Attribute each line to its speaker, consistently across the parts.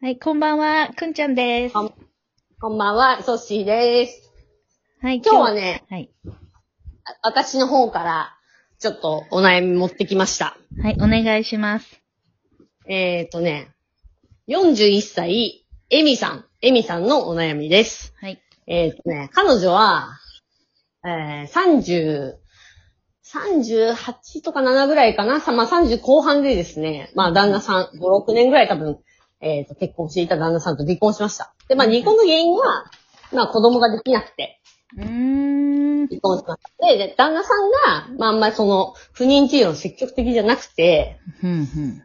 Speaker 1: はい、こんばんは、くんちゃんです。
Speaker 2: こんこんばんは、ソッシーです。
Speaker 1: はい、
Speaker 2: 今日はね、
Speaker 1: はい。
Speaker 2: あ私の方から、ちょっとお悩み持ってきました。
Speaker 1: はい、お願いします。
Speaker 2: えーとね、41歳、エミさん、エミさんのお悩みです。
Speaker 1: はい。
Speaker 2: えーとね、彼女は、えー、30、38とか7ぐらいかな、さまあ、30後半でですね、まあ、旦那さん、5、6年ぐらい多分、えーと、結婚していた旦那さんと離婚しました。で、まあ、離婚の原因は、まあ、子供ができなくて、
Speaker 1: うーん。
Speaker 2: 離婚しました。で、で旦那さんが、まあ、あんまりその、不妊治療の積極的じゃなくて、
Speaker 1: ふんふん。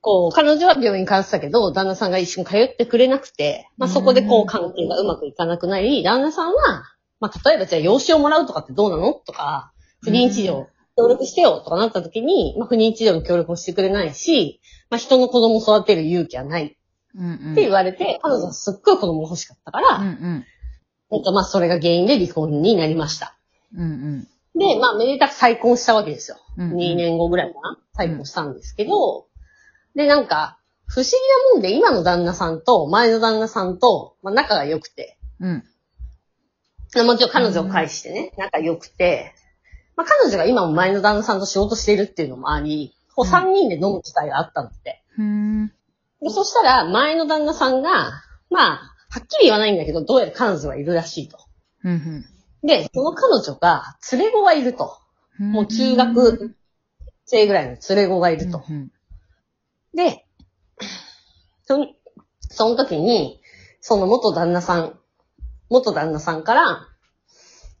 Speaker 2: こう、彼女は病院通ってたけど、旦那さんが一緒に通ってくれなくて、まあ、そこで
Speaker 1: う
Speaker 2: こ
Speaker 1: ん
Speaker 2: う、関係がうまくいかなくなり、旦那さんは、まあ、例えばじゃあ、養子をもらうとかってどうなのとか、不妊治
Speaker 1: う
Speaker 2: 療、協力してよとかなった時に、まあ、不妊治療の協力もしてくれないし、まあ、人の子供を育てる勇気はないって
Speaker 1: うんうん。
Speaker 2: 言われて、彼女はすっごい子供が欲しかったから、
Speaker 1: うんうん。
Speaker 2: えっと、まあ、それが原因で離婚になりました。
Speaker 1: うん
Speaker 2: で、まあ、めでたく再婚したわけですよ。
Speaker 1: うん。うん
Speaker 2: 2。年後ぐらいかな再婚したんですけど、で、なんか、不思議なもんで、今の旦那さんと、前の旦那さんと、まあ、仲が良くて、
Speaker 1: うん。
Speaker 2: まあもちろん彼女を介してね、仲良くて、まあ、彼女が今も前の旦那さんと仕事してるっていうのもあり、こう
Speaker 1: うん
Speaker 2: 3人で飲む機会があったのって。
Speaker 1: ふーん。
Speaker 2: でそしたら、前の旦那さんが、まあ、はっきり言わないんだけど、どうやら彼女はいるらしいと。
Speaker 1: ふんふん。
Speaker 2: で、その彼女が、連れ子がいると。
Speaker 1: ふん
Speaker 2: もう中学生ぐらいの連れ子がいると。
Speaker 1: うん
Speaker 2: で、その、その時に、その元旦那さん、元旦那さんから、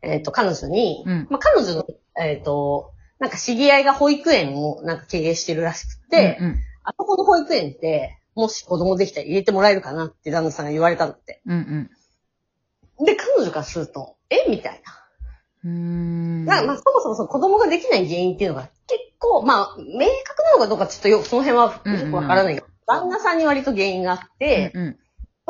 Speaker 2: えっ、と、彼女に、
Speaker 1: うん
Speaker 2: まあ、彼女の、えっ、と、なんか知り合いが保育園をなんか経営してるらしくて、
Speaker 1: うん
Speaker 2: あそこの保育園って、もし子供できたら入れてもらえるかなって旦那さんが言われたのって。
Speaker 1: うん。うん
Speaker 2: で、彼女からすると、えみたいな。
Speaker 1: うん。うーん。
Speaker 2: だからまあ、そもそもその子供ができない原因っていうのが結構、まあ、明確なのかどうかちょっとよく、その辺はよくわからないけど、旦那さんに割と原因があって、
Speaker 1: うん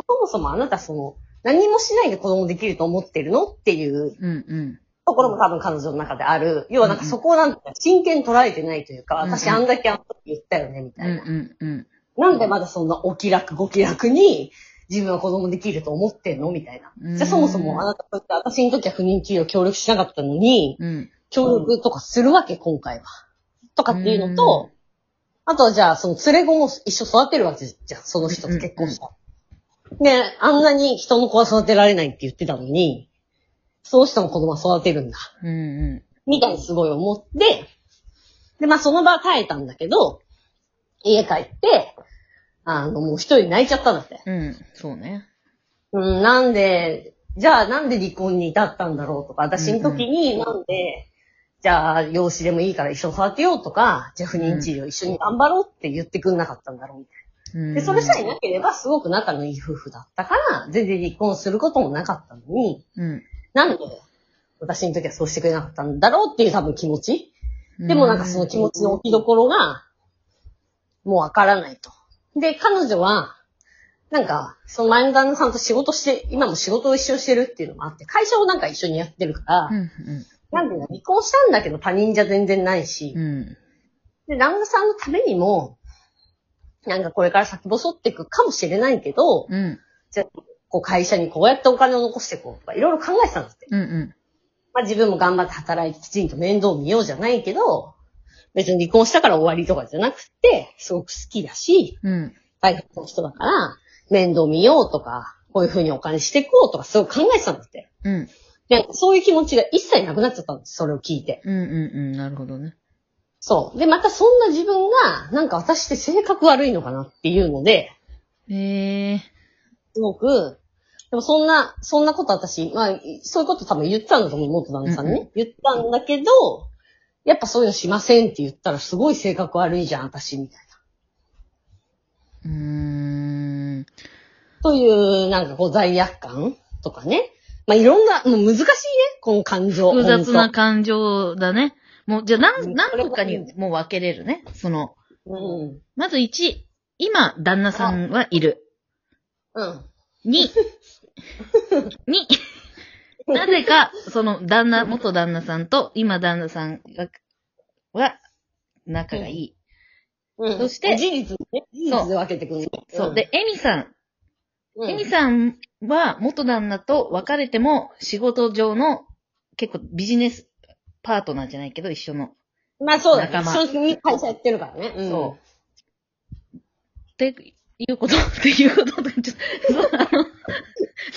Speaker 2: そもそもあなたその、何もしないで子供できると思ってるのっていう
Speaker 1: うん。うんうん。
Speaker 2: ところも多分彼女の中である。要はなんか
Speaker 1: うんうん
Speaker 2: そこをなんか真剣に捉えてないというか、
Speaker 1: うんうん
Speaker 2: 私あんだけあの時言ったよね、みた
Speaker 1: う
Speaker 2: いな。
Speaker 1: んうん。
Speaker 2: なんでまだそんなお気楽ご気楽に自分は子供できると思ってんのみたいな
Speaker 1: うん。
Speaker 2: じゃあそもそもあなたとって私の時は不妊治療協力しなかったのに、
Speaker 1: うん。
Speaker 2: 協力とかするわけ、今回は。とかっていうのと、あとはじゃあ、その連れ子も一緒育てるわけじゃん、その人と結婚したら。ねあんなに人の子は育てられないって言ってたのに、その人の子供は育てるんだ。
Speaker 1: うんう
Speaker 2: みたいにすごい思って、で、まあその場は耐えたんだけど、家帰って、あの、もう一人泣いちゃったんだって。
Speaker 1: ん。うん。そうね。
Speaker 2: うん、なんで、じゃあなんで離婚に至ったんだろうとか、私の時になんで、じゃあ養子でもいいから一緒に育てようとか、じゃあ不妊治療一緒に頑張ろうって言ってくんなかったんだろうみたいな。で、それさえなければすごく仲のいい夫婦だったから、全然離婚することもなかったのに、
Speaker 1: うん。
Speaker 2: なんで私の時はそうしてくれなかったんだろうっていう多分気持ち。でもなんかその気持ちの置きどころが、もうわからないと。で、彼女は、なんか、その前の旦那さんと仕事して、今も仕事を一緒にしてるっていうのもあって、会社をなんか一緒にやってるから、
Speaker 1: うんうん。
Speaker 2: なんていうの、離婚したんだけど他人じゃ全然ないし、
Speaker 1: うん。
Speaker 2: で、旦那さんのためにも、なんかこれから先細っていくかもしれないけど、
Speaker 1: うん。
Speaker 2: じゃあ、こう会社にこうやってお金を残していこうとか、いろいろ考えてたんですって。
Speaker 1: うんうん。
Speaker 2: まあ自分も頑張って働いてきちんと面倒見ようじゃないけど、別に離婚したから終わりとかじゃなくて、すごく好きだし、
Speaker 1: うん。
Speaker 2: 大学の人だから、面倒見ようとか、こういう風にお金していこうとか、すごい考えてたんだって。
Speaker 1: うん。
Speaker 2: で、そういう気持ちが一切なくなっちゃったんです、それを聞いて。
Speaker 1: うんうんうん。なるほどね。
Speaker 2: そう。で、またそんな自分が、なんか私って性格悪いのかなっていうので、
Speaker 1: ええ
Speaker 2: すごく、でもそんな、そんなこと私、まあ、そういうこと多分言ってたんだと思う、元旦那さんにね。
Speaker 1: うん
Speaker 2: 言ったんだけど、やっぱそういうのしませんって言ったらすごい性格悪いじゃん、私、みたいな。
Speaker 1: うーん。
Speaker 2: という、なんかこう罪悪感とかね。まあ、いろんな、もう難しいね、この感情。
Speaker 1: 複雑な
Speaker 2: 本
Speaker 1: 感情だね。もう、じゃあ、な、
Speaker 2: うんん
Speaker 1: 何とか
Speaker 2: これが
Speaker 1: にもう分けれるね。その、
Speaker 2: 当うん。
Speaker 1: まず1、今、旦那さんはいる。
Speaker 2: うん。
Speaker 1: 2、に、なぜか、その、旦那、元旦那さんと、今旦那さんが、は、仲がいい。
Speaker 2: うん、
Speaker 1: そして
Speaker 2: 事実ね。事実で分けてくる、ね。
Speaker 1: そう。で、エミさん
Speaker 2: うん
Speaker 1: ケミさんは元旦那と別れても仕事上の結構ビジネスパートナーじゃないけど一緒の。
Speaker 2: まあそうだね。
Speaker 1: 仲間
Speaker 2: 一緒に会社やってるからね。うん、
Speaker 1: う。っていうことっていうことちょっと、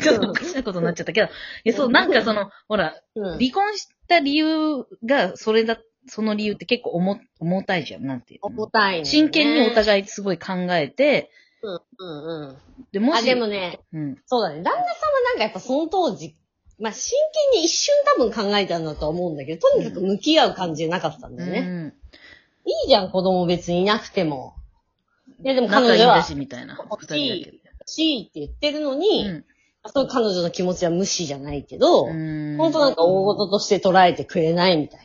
Speaker 1: そうあのちょっとおかしなことになっちゃったけど、いや、そう、なんかその、ほら、
Speaker 2: う。うん。
Speaker 1: 離婚した理由がそれだ、その理由って結構重、重たいじゃん、なんていう
Speaker 2: 重
Speaker 1: の。
Speaker 2: たいね。
Speaker 1: 真剣にお
Speaker 2: い。
Speaker 1: 互いすごい考えて、
Speaker 2: うんうんうん。
Speaker 1: で、も
Speaker 2: あ、
Speaker 1: し、
Speaker 2: でもね、
Speaker 1: うん。
Speaker 2: そうだね。旦那さんはなんかやっぱその当時、まあ真剣に一瞬多分考えたんだとは思うんだけど、とにかく向き合う感じじゃなかったんだよね。
Speaker 1: うん
Speaker 2: いいじゃん、子供別にいなくても。いや、でも彼
Speaker 1: 仲いいん
Speaker 2: 女
Speaker 1: だ
Speaker 2: は、
Speaker 1: し、みたいな。
Speaker 2: 欲
Speaker 1: 二
Speaker 2: しい
Speaker 1: 人だ
Speaker 2: しいって言ってるのに、
Speaker 1: けで。
Speaker 2: そういう彼女の気持ちは無視じゃないけど、
Speaker 1: うん。
Speaker 2: 本当なんか大事として捉えてくれないみたい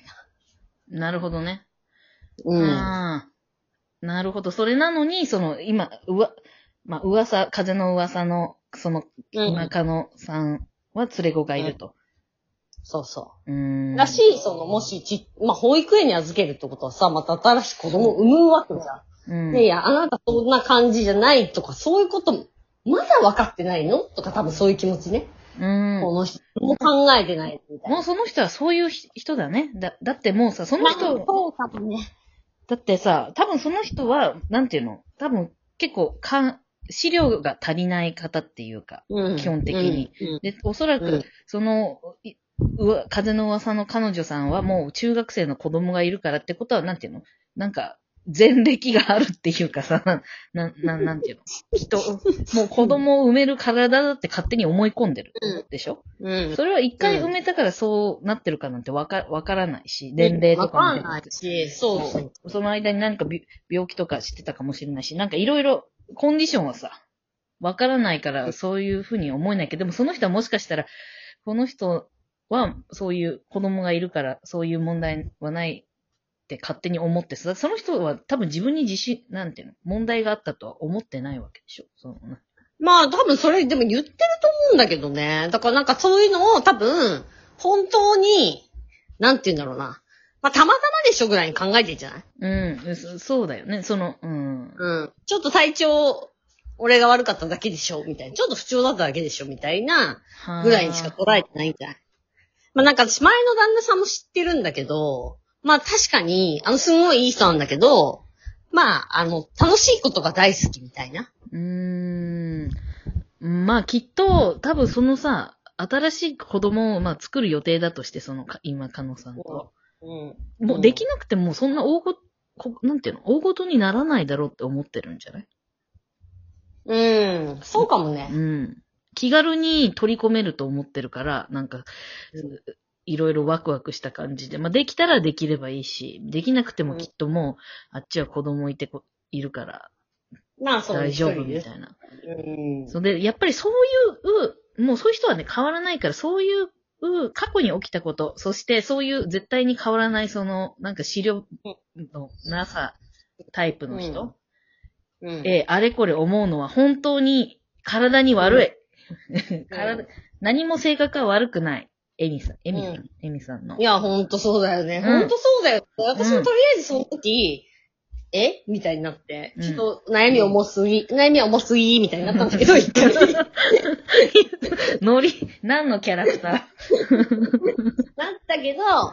Speaker 1: なるほどね。
Speaker 2: な。
Speaker 1: ああ。なるほど。それなのに、その、今、うわ、まあ、噂、風の噂の、その、
Speaker 2: うん。うん。
Speaker 1: 中野さんは連れ子がいると。
Speaker 2: そうそうう。
Speaker 1: ん。
Speaker 2: らしい、その、もしち、まあ、保育園に預けるってことはさ、また新しい子供を産むわけじゃん。
Speaker 1: うん。
Speaker 2: で、いや、あなたそんな感じじゃないとか、そういうことも、まだ分かってないのとか、多分そういう気持ちね。
Speaker 1: うん。
Speaker 2: この人も考えてないみたいな。
Speaker 1: もうその人はそういうひ人だね。だ、だってもうさ、その人、
Speaker 2: そうかもね。
Speaker 1: だってさ、多分その人は、なんていうの多分結構、かん、資料が足りない方っていうか。
Speaker 2: うん
Speaker 1: 基本的に。
Speaker 2: うんうん
Speaker 1: で、おそらく、
Speaker 2: うん
Speaker 1: その、いうわ風の噂の彼女さんはもう中学生の子供がいるからってことは、なんていうのなんか、前歴があるっていうかさ、 な、な、ななんていうの人、もう子供を産める体だって勝手に思い込んでる
Speaker 2: うん。
Speaker 1: でしょ
Speaker 2: うん。
Speaker 1: それは一回産めたからそうなってるかなんてわか、わからないし、年齢とかも
Speaker 2: わかんないし、そうそう。
Speaker 1: その間に何かび病気とかしてたかもしれないし、なんかいろいろコンディションはさ、わからないからそういうふうに思えないけど、でもその人はもしかしたら、この人はそういう子供がいるからそういう問題はないって勝手に思ってさ、その人は多分自分に自信、なんていうの、問題があったとは思ってないわけでしょ。そのな
Speaker 2: まあ多分それでも言ってると思うんだけどね。だからなんかそういうのを多分、本当に、なんて言うんだろうな。まあたまたまでしょぐらいに考えてんじゃない
Speaker 1: うん、そそうだよね。その、うん。
Speaker 2: うん。ちょっと体調、俺が悪かっただけでしょみたいな。ちょっと不調だっただけでしょみたいな、ぐらいにしか
Speaker 1: はあ
Speaker 2: 捉えてないんじゃないまあなんか私前の旦那さんも知ってるんだけど、まあ確かに、あのすごいいい人なんだけど、まあ、あの、楽しいことが大好きみたいな。
Speaker 1: うーん。まあきっと、多分そのさ、新しい子供をまあ作る予定だとして、そのか今、かのさんと。
Speaker 2: うん。
Speaker 1: もうできなくてもそんな大ご、こなんていうの大ごとにならないだろうって思ってるんじゃない
Speaker 2: うん。そうかもね。
Speaker 1: うん。気軽に取り込めると思ってるから、なんか、いろいろワクワクした感じで、まあできたらできればいいし、できなくてもきっともう、あっちは子供いてこ、いるから
Speaker 2: まあ、そう
Speaker 1: 大丈夫
Speaker 2: 一人で
Speaker 1: み
Speaker 2: す
Speaker 1: たいな。
Speaker 2: うん。
Speaker 1: そうで、やっぱりそういう、もうそういう人はね、変わらないから、そういう、過去に起きたこと、そしてそういう絶対に変わらない、その、なんか資料のなさタイプの人、
Speaker 2: うん
Speaker 1: えーあれこれ思うのは本当に体に悪い。 体何も性格は悪くない。エミさん、エミさん、
Speaker 2: うん
Speaker 1: エミさんの
Speaker 2: い。や、ほんとそうだよね。
Speaker 1: うん
Speaker 2: ほんとそうだよ。私
Speaker 1: う
Speaker 2: も
Speaker 1: ん
Speaker 2: とりあえずその時、えみたいになって、
Speaker 1: うん
Speaker 2: ちょっと悩み重すぎ、悩み重すぎ、みたいになったんだけど、一 回。なっ
Speaker 1: ノリ、何のキャラクター
Speaker 2: たけど、一応やっ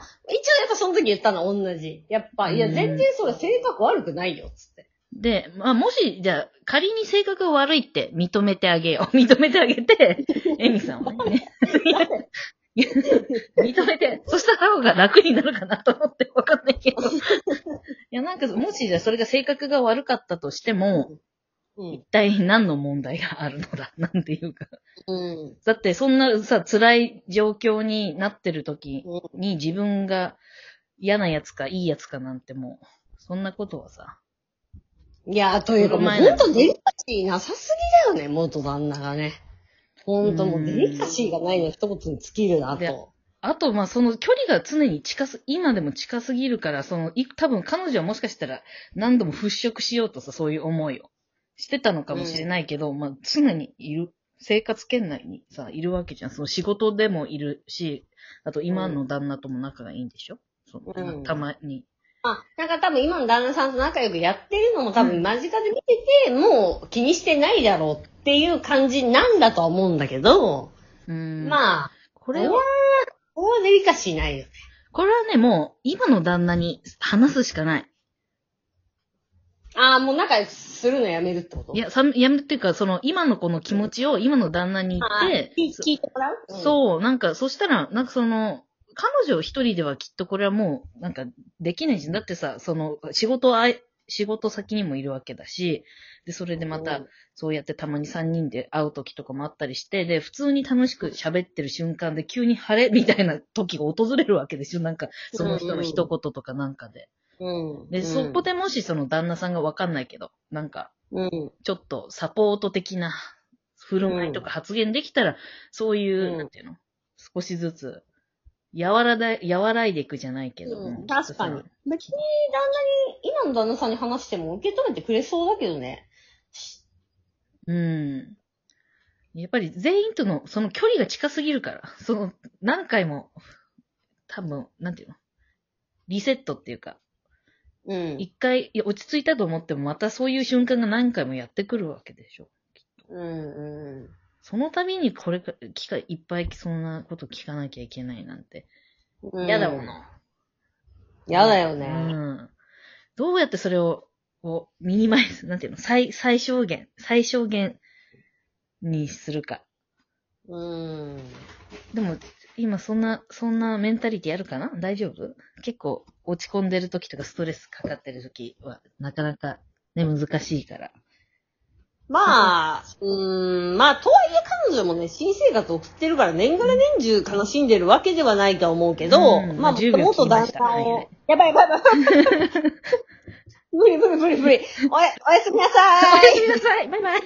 Speaker 2: ぱその時言ったの、同じ。やっぱ、いや、
Speaker 1: うん
Speaker 2: 全然それ性格悪くないよ、つって。
Speaker 1: で、まあ、もし、じゃあ、仮に性格が悪いって認めてあげよう。 認めてあげて、エミさんはね。いや認めて、そしたら方が楽になるかなと思って、わかんないけど。いや、なんか、もし、じゃあ、それが性格が悪かったとしても、
Speaker 2: うん。
Speaker 1: 一体何の問題があるのだ、なんていうか。
Speaker 2: うん。
Speaker 1: だって、そんなさ、辛い状況になってる時
Speaker 2: うん
Speaker 1: に、自分が嫌なやつか、いいやつかなんてもう、そんなことはさ。
Speaker 2: いや、というか、も
Speaker 1: この
Speaker 2: う
Speaker 1: 前の
Speaker 2: ほんとデリカシーなさすぎだよね、元旦那がね。ほんともうデリカシーがないの一言に尽きるな、
Speaker 1: で
Speaker 2: と。
Speaker 1: あと、まあ、その距離が常に近す、今でも近すぎるから、その、い多分彼女はもしかしたら何度も払拭しようとさ、そういう思いをしてたのかもしれないけど、まあ、常にいる、生活圏内にさ、いるわけじゃん。その仕事でもいるし、あと今の旦那とも仲がいいんでしょ、その
Speaker 2: うん
Speaker 1: たまに。
Speaker 2: ままあ、なんか多分今の旦那さんと仲良くやってるのも多分間近で見てて、もう気にしてないだろうっていう感じなんだとは思うんだけど、
Speaker 1: うん。あ、
Speaker 2: まあ、
Speaker 1: こ
Speaker 2: こ
Speaker 1: れは、、
Speaker 2: これはデリカシーないよ。
Speaker 1: これはね、もう、今の旦那に話すしかない。
Speaker 2: ああ、もう仲良くするのやめるってこと
Speaker 1: いや、さやめるっていうか、その、今の子の気持ちを今の旦那に言
Speaker 2: あ
Speaker 1: って、
Speaker 2: ー聞い聞いてもらううん
Speaker 1: そう、なんか、そしたら、なんかその、彼女一人ではきっとこれはもう、なんか、できないじゃん。だってさ、その、仕事は、仕事先にもいるわけだし、で、それでまた、、そうやってたまに3人で会う時とかもあったりして、で、普通に楽しく喋ってる瞬間で急に晴れみ たいな時が訪れるわけでしょなんか、その人の一言とかなんかで。
Speaker 2: うん。
Speaker 1: で、
Speaker 2: うん
Speaker 1: そこ、でもしその旦那さんがわかんないけど、なんか、
Speaker 2: うん。
Speaker 1: ちょっとサポート的な振る舞いとか発言できたら、そういう、
Speaker 2: うん
Speaker 1: なんていうの少しずつ、和らだ、和らいでいくじゃないけど。
Speaker 2: うん確かに。。別に旦那に、今の旦那さんに話しても受け止めてくれそうだけどね。
Speaker 1: うん。やっぱり全員との、その距離が近すぎるから、その、何回も、多分、なんていうのリセットっていうか、
Speaker 2: うん。
Speaker 1: 一回、いや落ち着いたと思っても、またそういう瞬間が何回もやってくるわけでしょ。
Speaker 2: うんう
Speaker 1: その度にこれか、機会いっぱいそんなこと聞かなきゃいけないなんて。
Speaker 2: ん。
Speaker 1: 嫌だもの。
Speaker 2: 嫌だよ
Speaker 1: う
Speaker 2: ね。
Speaker 1: ん。どうやってそれを、こう、ミニマイズ、なんていうの最、最小限、最小限にするか。
Speaker 2: うん。
Speaker 1: でも、今そんな、そんなメンタリティあるかな大丈夫結構落ち込んでる時とかストレスかかってる時は、なかなかね、難しいから。
Speaker 2: まあ、うん、まあ、とはいえ彼女もね、新生活送ってるから年がら年中悲しんでるわけではないとは思うけど、
Speaker 1: うん
Speaker 2: まあ、
Speaker 1: 10秒切
Speaker 2: 元
Speaker 1: りま
Speaker 2: 旦
Speaker 1: した
Speaker 2: 那
Speaker 1: はいは
Speaker 2: を
Speaker 1: い、
Speaker 2: やばいやばいやばい。 無理無理無理無理。おや、おやすみなさーい。
Speaker 1: おやすみなさいバイバイ